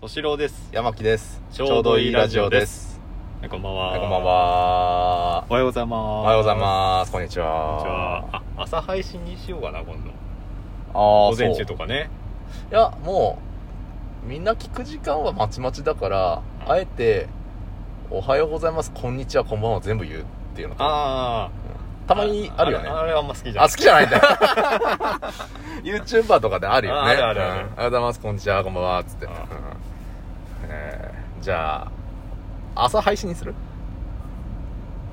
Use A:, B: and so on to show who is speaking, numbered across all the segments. A: 敏郎です
B: 山木です
A: ちょうどいいラジオですこんばんは
B: はいこんばんは
A: おはようございます
B: おはようござい
A: す
B: ますこんにち
A: こんにち
B: は
A: はあ朝配信にしようかな今度
B: あ
A: 午
B: ーそう
A: 前中とかね
B: いやもうみんな聞く時間はまちまちだから
A: うん
B: あえて「おはようございますこんにちはこんばんは」全部言うっていうのた
A: ああ
B: まにあるよね
A: あれあんま好きじゃない
B: あ好きじゃないんだよ YouTuber とかであるよね
A: あるあるある
B: うんおはようございますこんにちはこんばんは」っつって
A: あ
B: うんえーじゃあ朝配信にする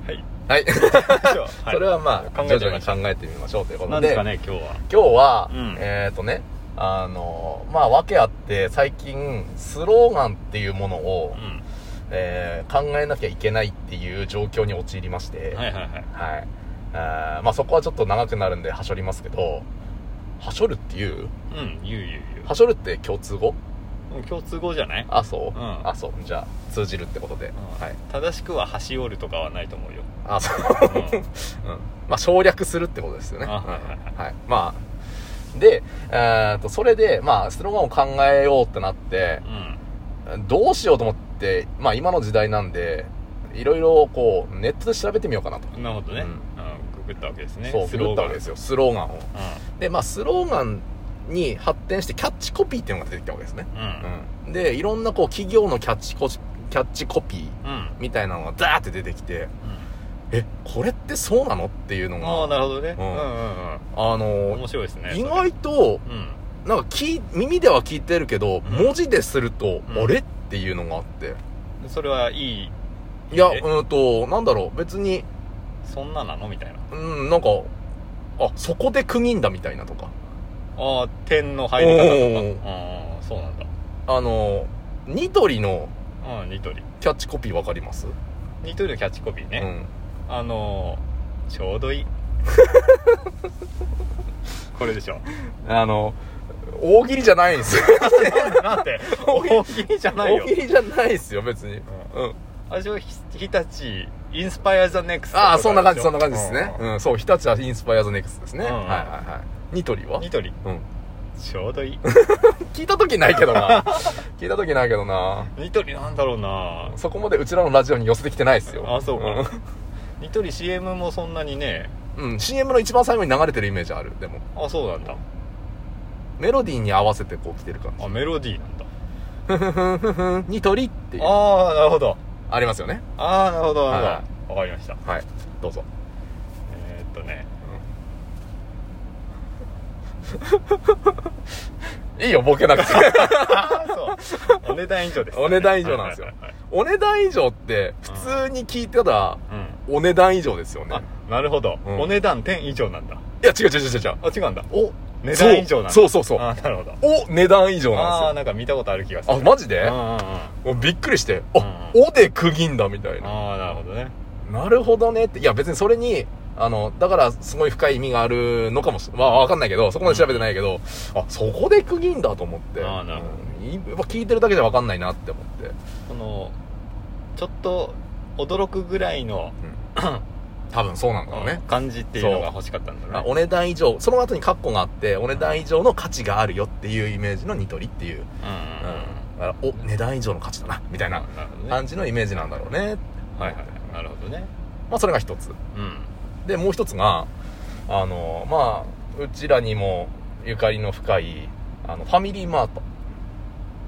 A: はい
B: はい
A: そ
B: それはまあ、
A: 考え
B: 徐
A: てみ
B: 々
A: ま
B: に
A: しょ
B: 考えてみましょうというこ
A: う
B: と
A: 何
B: で、
A: ですかね今日は
B: 今日は、
A: うん
B: えっ、ー、とね、あの、まあ、訳あって、最近、スローガンっていうものを
A: う、ん
B: えー考えなきゃいけないっていう状況に陥りまして、
A: はいはいはい
B: はい。あーまあ、そこはちょっと長くなるんで、はしょりますけど、はしょるっていう
A: うん言う言う
B: はしょるって共通語
A: 言う共通語じゃない
B: あ、そう、
A: うん
B: あ、そう。じゃあ、通じるってことで。
A: うん
B: はい。
A: 正しくは箸折るとかはないと思う よ
B: あ、そう。
A: うん
B: うんまあ、省略するってことですよね。
A: あ
B: う
A: はい
B: ん
A: はい
B: はい。まあ、で、えーっと、それで、まあ、スローガンを考えようってなって、
A: うん
B: どうしようと思って、まあ、今の時代なんで、いろいろ、こう、ネットで調べてみようかなと。
A: なるほどね、
B: う
A: うんんググったわけですね
B: そう、
A: ス
B: ス
A: ロ
B: ロ
A: ー
B: ー
A: ガ
B: ガ
A: ン
B: ンですよ、スローガンを。
A: う
B: で、まあ、スローガンに発展して、キャッチコピーっていうのが出てきたわけですね。
A: んうん
B: うん。で、いろんな、こう、企業のキャッチコ、キャッチコピー
A: うん、うん
B: みたいなのがザーって出てきて、え、これってそうなのっていうの
A: ああ
B: が、
A: なるほどね、
B: う
A: うんん、うんうん
B: あ
A: うん
B: の、
A: 面白いですね
B: 意
A: それ
B: 外と、
A: うん
B: なんか聞い耳では聞いてるけ
A: う
B: ど、
A: ん
B: 文字ですると、
A: うん
B: あれっていうのがあって。
A: それはいい
B: いや、
A: え
B: うんと、なんだろう、別に、
A: そんななのみたいな
B: うん、なんか、あ、そこで区切んだみたいなとか。
A: ああ点の入り方と
B: お
A: か
B: ー
A: ああそうなんだ
B: あの、ニトリの
A: うんニトリ
B: キャッチコピーわかります
A: ニトリのキャッチコピーね、あのーちょう どいいこれでしょ
B: うん。あの、大喜利じゃないんですよ。
A: なんて
B: 大喜利
A: 大喜利じゃない
B: 大
A: よ
B: 喜利じゃないですよ、別に。うん。
A: あれでしょひ日立インスパイアザネクストと
B: あ
A: か
B: あ、
A: でしょ
B: そんな感じ、そんな感じですね。
A: うん
B: うん、そう、日立はインスパイアーズネクストですね。
A: う
B: は
A: ん
B: い
A: うん
B: はいはい。ニトリは
A: ニトリ
B: うん。
A: ちょう どいい
B: 聞いた時ないけ どな。聞いた時ないけどな。
A: ニトリなんだろうな
B: そこまでうちらのラジオに寄せてきてないですよ。
A: あそうかニトリ CM もそんなにね
B: うん。うん、CM の一番最後に流れてるイメージある。でも、
A: あそうなんだ
B: メロディーに合わせてこう来てる感じ
A: あ。メロディーなんだ
B: ふふふんふふん、ニトリっていう。
A: ああなるほど
B: ありますよね。
A: ああなるほどなる
B: は
A: ほどわかりました
B: はい。どうぞ。
A: えー、っと ね
B: いいよ、ボケなくて。
A: ああそうお値段以上です、
B: お値段以上なんですよ
A: はいはいはい
B: お値段以上って、普通に聞いたら、
A: はい
B: お値段以上ですよ
A: うん
B: ね
A: あ。なるほど、
B: うん
A: お値段点以上なんだ
B: いや、違う違う違う違う。
A: あ違うんだ
B: お、
A: 値段以上なんだ
B: そうそうそうそう。
A: あーなるほど
B: お、値段以上
A: あ
B: な
A: あ
B: ん
A: ー
B: で
A: なんか見たことある気がす
B: すよ。
A: る
B: あ、マジで
A: うんうんうんあ
B: もうびっくりして、あ、おで区切んだみたいな。
A: あーなるほどね
B: なるほどねって。いや、別にそれに、あの、だから、すごい深い意味があるのかもしれまあ、わかんないけど、そこまで調べてないけど、あ、そこで区切んだと思って。
A: あーなるほ
B: うんやっぱ聞いてるだけじゃわかんないなって思って。
A: このちょっと驚くぐらいの、
B: 多分そうなんだろうね。
A: 感じっていうのが欲しかったんだろ
B: あ
A: うね
B: お値段以上、その後にカッコがあって、お値段以上の価値があるよっていうイメージのニトリっていう。
A: うん
B: うん。
A: うんうん
B: だから、お、値段以上の価値だな、みたいな
A: なるほどね
B: 感じのイメージなんだろうね。
A: はいはいなるほどね
B: まあ、それが一つ。
A: うん
B: で、もう一つが、あの、まあ、うちらにもゆかりの深い、あの、ファミリーマート。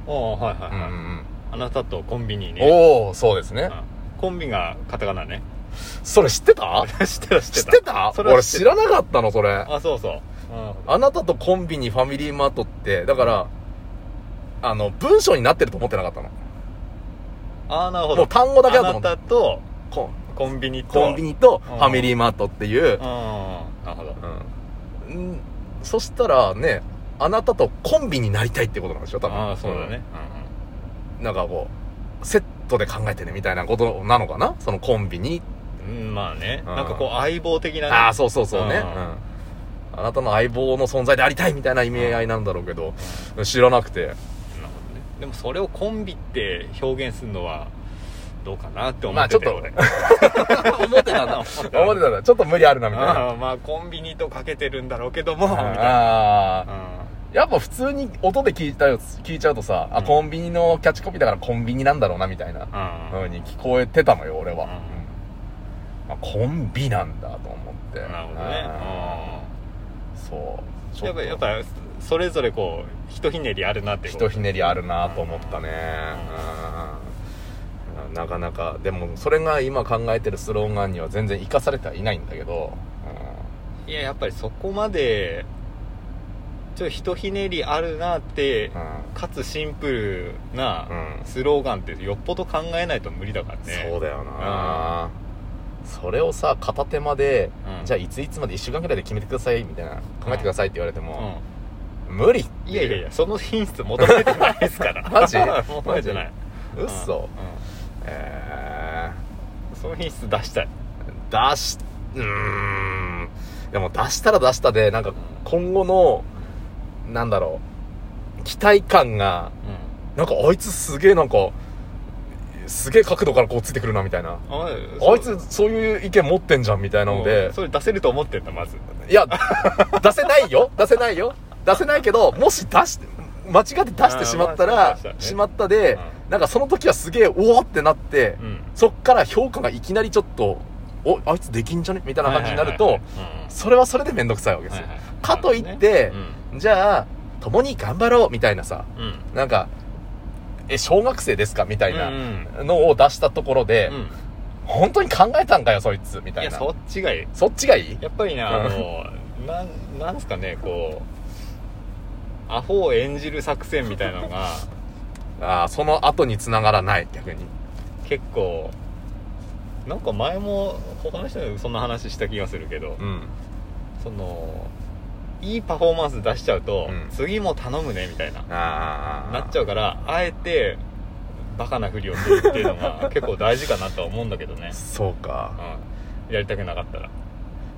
A: ああはいはいはい、
B: ん
A: あなたとコンビニね
B: おおそうですね。
A: うんコンビがカタカナね
B: それ知ってた
A: 知ってた知
B: 知
A: っ
B: って
A: た
B: てた
A: それは
B: 俺
A: 知っ
B: 知
A: てた
B: らなかったの、それ。
A: あそうそう、うん
B: あなたとコンビニ、ファミリーマートって、だから、あの、文章になってると思ってなかったの。
A: ああなるほ
B: も
A: ど
B: う単語だけだ
A: あ
B: と思
A: な
B: って
A: たと
B: コン
A: コンビニと
B: コンビ
A: ニ
B: ニとフ
A: うん
B: ァミリーマートっていう
A: うん、なるほど
B: うんんそしたらねあなたとコンビになりたいってことなんでしょ多分
A: ああそうだね、
B: うんなんかこうセットで考えてねみたいなことなのかなそのコンビに
A: うんうん、うんまあね、
B: うん
A: なんかこう相棒的なね
B: ああそうそうそうね、
A: う
B: うんんあなたの相棒の存在でありたいみたいな意味合いなんだろうけど知らなく
A: な
B: て
A: るほどねでもそれをコンビって表現するのはどうかなって思
B: まあ
A: ってた
B: ちょ
A: よ
B: っと
A: 俺
B: 思って た
A: 思
B: 思
A: っ
B: って
A: た
B: てたらちょっと無理あるなみたいな
A: ああまあコンビニとかけてるんだろうけどもみたいな
B: あ
A: う
B: あ
A: ん
B: やっぱ普通に音で聞いたやつ聞いちゃうとさ、あ、
A: うん
B: コンビニのキャッチコピーだからコンビニなんだろうな、みたいな、ふうに聞こえてたのよ、俺は。
A: うん
B: うんまあ、コンビなんだと思って。
A: なるほどね
B: うんそう。
A: うんやっぱ
B: ちょ
A: や
B: っ
A: っぱ
B: と
A: それぞれこうひとひねりあるなって
B: ひとひねりあるなと思
A: っ
B: ったね。うんなかなか、でもそれが今考えてるスローガンには全然活かされてはいないんだけど、
A: いややっぱりそこまでちょっとひとひねりあるなって
B: うん。うん
A: かつシンプルな
B: うん
A: スローガンってよっぽど考えないと無理だからね
B: そうだよな、それをさ片手間で、
A: うん
B: じゃあいついつまで1週間ぐらいで決めてくださいみたいな考えてくださいって言われても、
A: う
B: 無理って
A: ん、
B: う
A: いやいやいやその品質求めてないですから
B: マジ
A: 求めてない
B: 嘘
A: うん
B: え
A: うんその品質出したい
B: ー、出しうーんでも出したら出したでなんか今後のなんだろう期待感がなんかあいつすげえなんかすげえ角度からこうついてくるなみたいな
A: あ
B: あいつそういう意見持ってんじゃんみたいなので、
A: うんそれ出せると思ってんだまず
B: いや、出せないよ。出せないよ。出せないけど、もし出して、間違って出してしまった
A: あ
B: ら
A: ーまあ、
B: しまったで、なんかその時はすげえ、おおってなって、
A: うん
B: そっから評価がいきなりちょっと、お、あいつできんじゃねみたいな感じになる
A: はい
B: と
A: は、
B: それはそれでめんどくさいわけ
A: い
B: です
A: はい
B: よ
A: うん。はいはい
B: かといって
A: うん
B: じゃあ、共に頑張ろうみたいなさ、
A: うん
B: なんか、え、小学生ですかみたい
A: うん
B: な
A: うん
B: のを出したところで、
A: う
B: 本当に考えたんかよ、そいつみ
A: ん
B: た
A: い
B: い
A: や
B: な。
A: そっちがいい
B: そっちがいい
A: やっぱりねあのなんなんすかねこうアホを演じる作戦みたいなの が
B: ああ、その後に繋がらない、逆に。
A: 結構なんか前も他の人でそんな話した気がするけど
B: うん。
A: そのいいパフォーマンス出しちゃうと、
B: うん
A: 次も頼むねみたいな
B: ああ。
A: なっちゃうからあえてバカなふりをするっていうの が結構大事かなとは思うんだけどね、
B: そうか。
A: うん、やりたくなかったら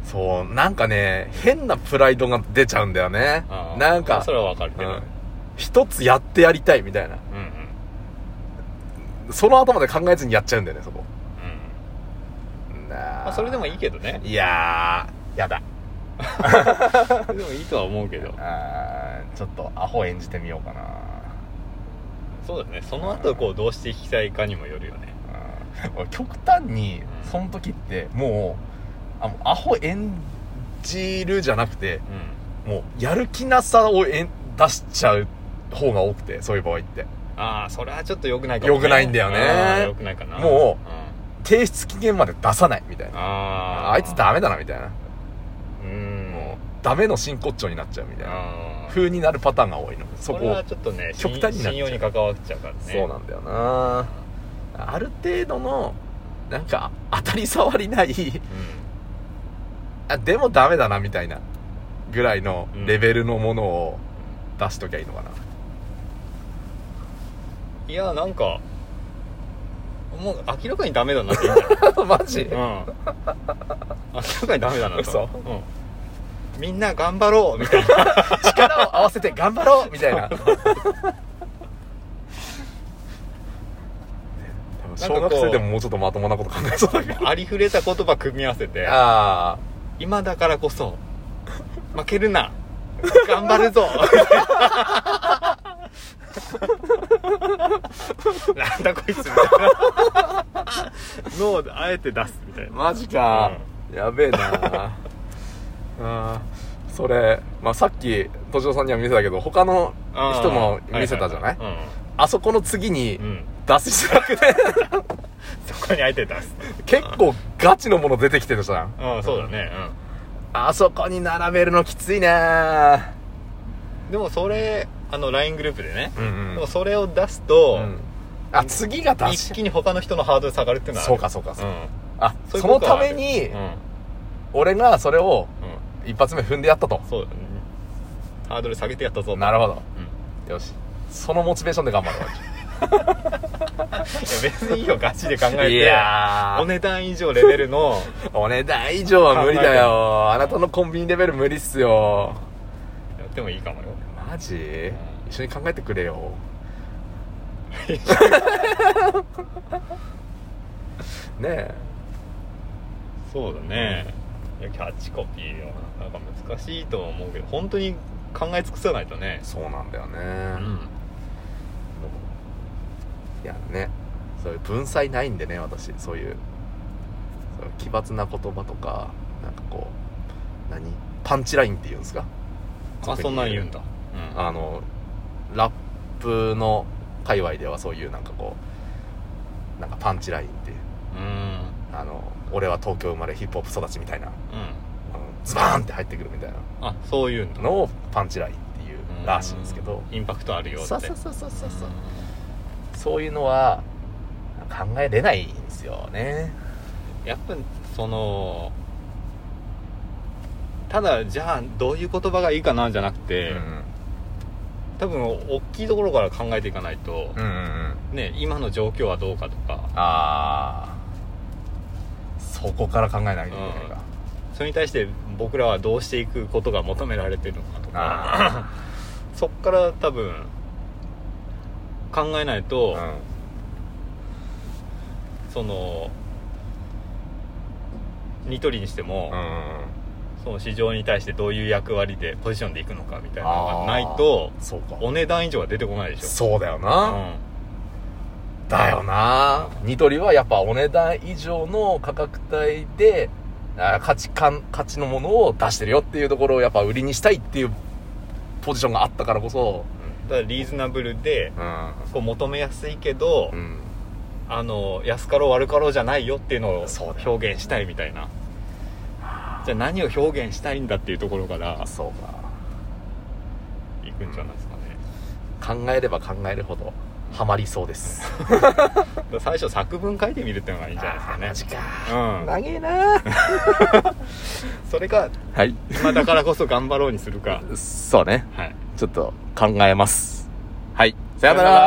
B: そう、なんかね、変なプライドが出ちゃうんだよね
A: あ。ー
B: なん
A: まあ
B: か
A: そ、れはわかるけど、
B: う
A: うん
B: ん一つやってやりたいみたいな。
A: うんうん
B: その後まで考えずにやっちゃうんだよね、そこ。な
A: まあ、それでもいいけどね
B: いやー、やだ。
A: それでもいいとは思うけど
B: あーちょっとアホ演じてみようかな。
A: そうだねその後こうどうしていきたいかにもよるよね
B: うん俺極端に、その時って、もう、あもうアホ演じるじゃなくて、
A: うん
B: もう、やる気なさをえん出しちゃう方が多くて、そういう場合って。
A: ああそれはちょっと良くないかも、
B: 良くないんだよね
A: あー良くないかな
B: も
A: う、ん
B: 提出期限まで出さないみたいな。
A: あ
B: あいつダメだなみたいな。
A: メうん
B: もう、ダメの真骨頂になっちゃうみたいな。
A: あー
B: 風になるパターンが多いの。そ
A: そ
B: こ
A: れはちょっとね
B: 極端になっちゃう
A: 信用に関わっちゃうからね
B: そうなんだよなある程度の、なんか、当たり障りない、あ、でもダメだなみたいな、ぐらいのレベルのものを出しときゃいいのかな。
A: うんいやなんかもう明らかにダメだなって言 うんじゃない
B: マジ
A: うん明らかにダメだなと
B: 嘘
A: うん、みんな頑張ろうみたいな
B: 力を合わせて頑張ろうみたい な。小学生でももうちょっとまともなこと考えそうだけど。
A: ありふれた言葉組み合わせて
B: あ
A: 今だからこ そ負けるな頑張るぞなんだこ いつみたいなのをあえて出すみたい
B: あ、
A: な
B: マジか。やべえな。 あーそれ、まあ、さっき、とじおさんには見せたけど、他の人も見せたじゃない
A: ははは
B: あそこの次に
A: うんうん
B: 脱出した くて、
A: そこにあえて出す
B: 結構ガチのもの出てきてるじゃん。
A: うんそうだね
B: あそこに並べるのきついねー。
A: うんでもそれあの LINE グループでね
B: う、ん
A: でもそれを出すと、
B: うんあ、次が脱
A: 一
B: 出。
A: 気に他の人のハードル下がるっていうのはある
B: そうかそうかそうか。
A: ん
B: あ、
A: そういう
B: そ
A: こ
B: の
A: とは
B: た
A: ある
B: めに
A: う、ん
B: 俺がそれを
A: うん
B: 一発目踏んでやったと。
A: そうだねハードル下げてやったぞ
B: なるほど。
A: うんい
B: よし。そのモチベーションで頑張ろ
A: や別にいいよガチで考え
B: う。
A: て
B: や
A: お値段以上レベルの
B: お値段以上は無理だよ。あなたのコンビニレベル無理っすよ。
A: やってもいいかもよ
B: マジ一緒に考えてくれよ。ねえ。
A: そうだねいやキャッチコピーはなんか難しいとは思うけど本当に考え尽くさないとね
B: そうなんだよね、
A: うん
B: いやねそういう文才ないんでね私そういうそういう奇抜な言葉とかなんかこう何パンチラインっていうんですか
A: あそんなん言うんだうん
B: あのラップの界隈ではそういうなんかこうなんかパンチラインっていう
A: うん
B: あの俺は東京生まれヒップホップ育ちみたいな
A: うん
B: あのズバーンって入ってくるみたいな
A: あそういうんだ
B: のをパンチラインっていうらしいんですけど
A: うんインパクトあるよって
B: そうそうそうそうそうそう
A: う
B: そういうのは考えれないんですよね
A: んやっぱそのただじゃあどういう言葉がいいかなじゃなくて、多分大きいところから考えていかないと
B: う、んうんうん
A: ね今の状況はどうかとか
B: あーそこから考えないといけないか、
A: それに対して僕らはどうしていくことが求められてるのかとか
B: あ
A: そっから多分考えないと、
B: ー
A: そのニトリにしても、
B: うんうんうん
A: その市場に対してどういう役割でポジションでいくのかみたいなのがないと
B: あーそうか
A: お値段以上は出てこないでしょ
B: そうだよな、
A: う
B: だよなニトリはやっぱお値段以上の価格帯であー価値観価値のものを出してるよっていうところをやっぱ売りにしたいっていうポジションがあったからこそ
A: んだからリーズナブルで
B: うん、
A: こう求めやすいけど、
B: うん、
A: あの安かろう悪かろうじゃないよっていうのを
B: そうだよ
A: 表現したいみたいなじゃあ何を表現したいんだっていうところから
B: そうか
A: いくんじゃないですかね、
B: 考えれば考えるほどハマりそう です
A: だから最初作文書いてみるっていうのがいいんじゃないですかね
B: か
A: うん
B: 長えな
A: それか
B: はい
A: 今だからこそ頑張ろうにするか
B: そうね
A: はい
B: ちょっと考えますはいさような
A: さような
B: ら
A: ら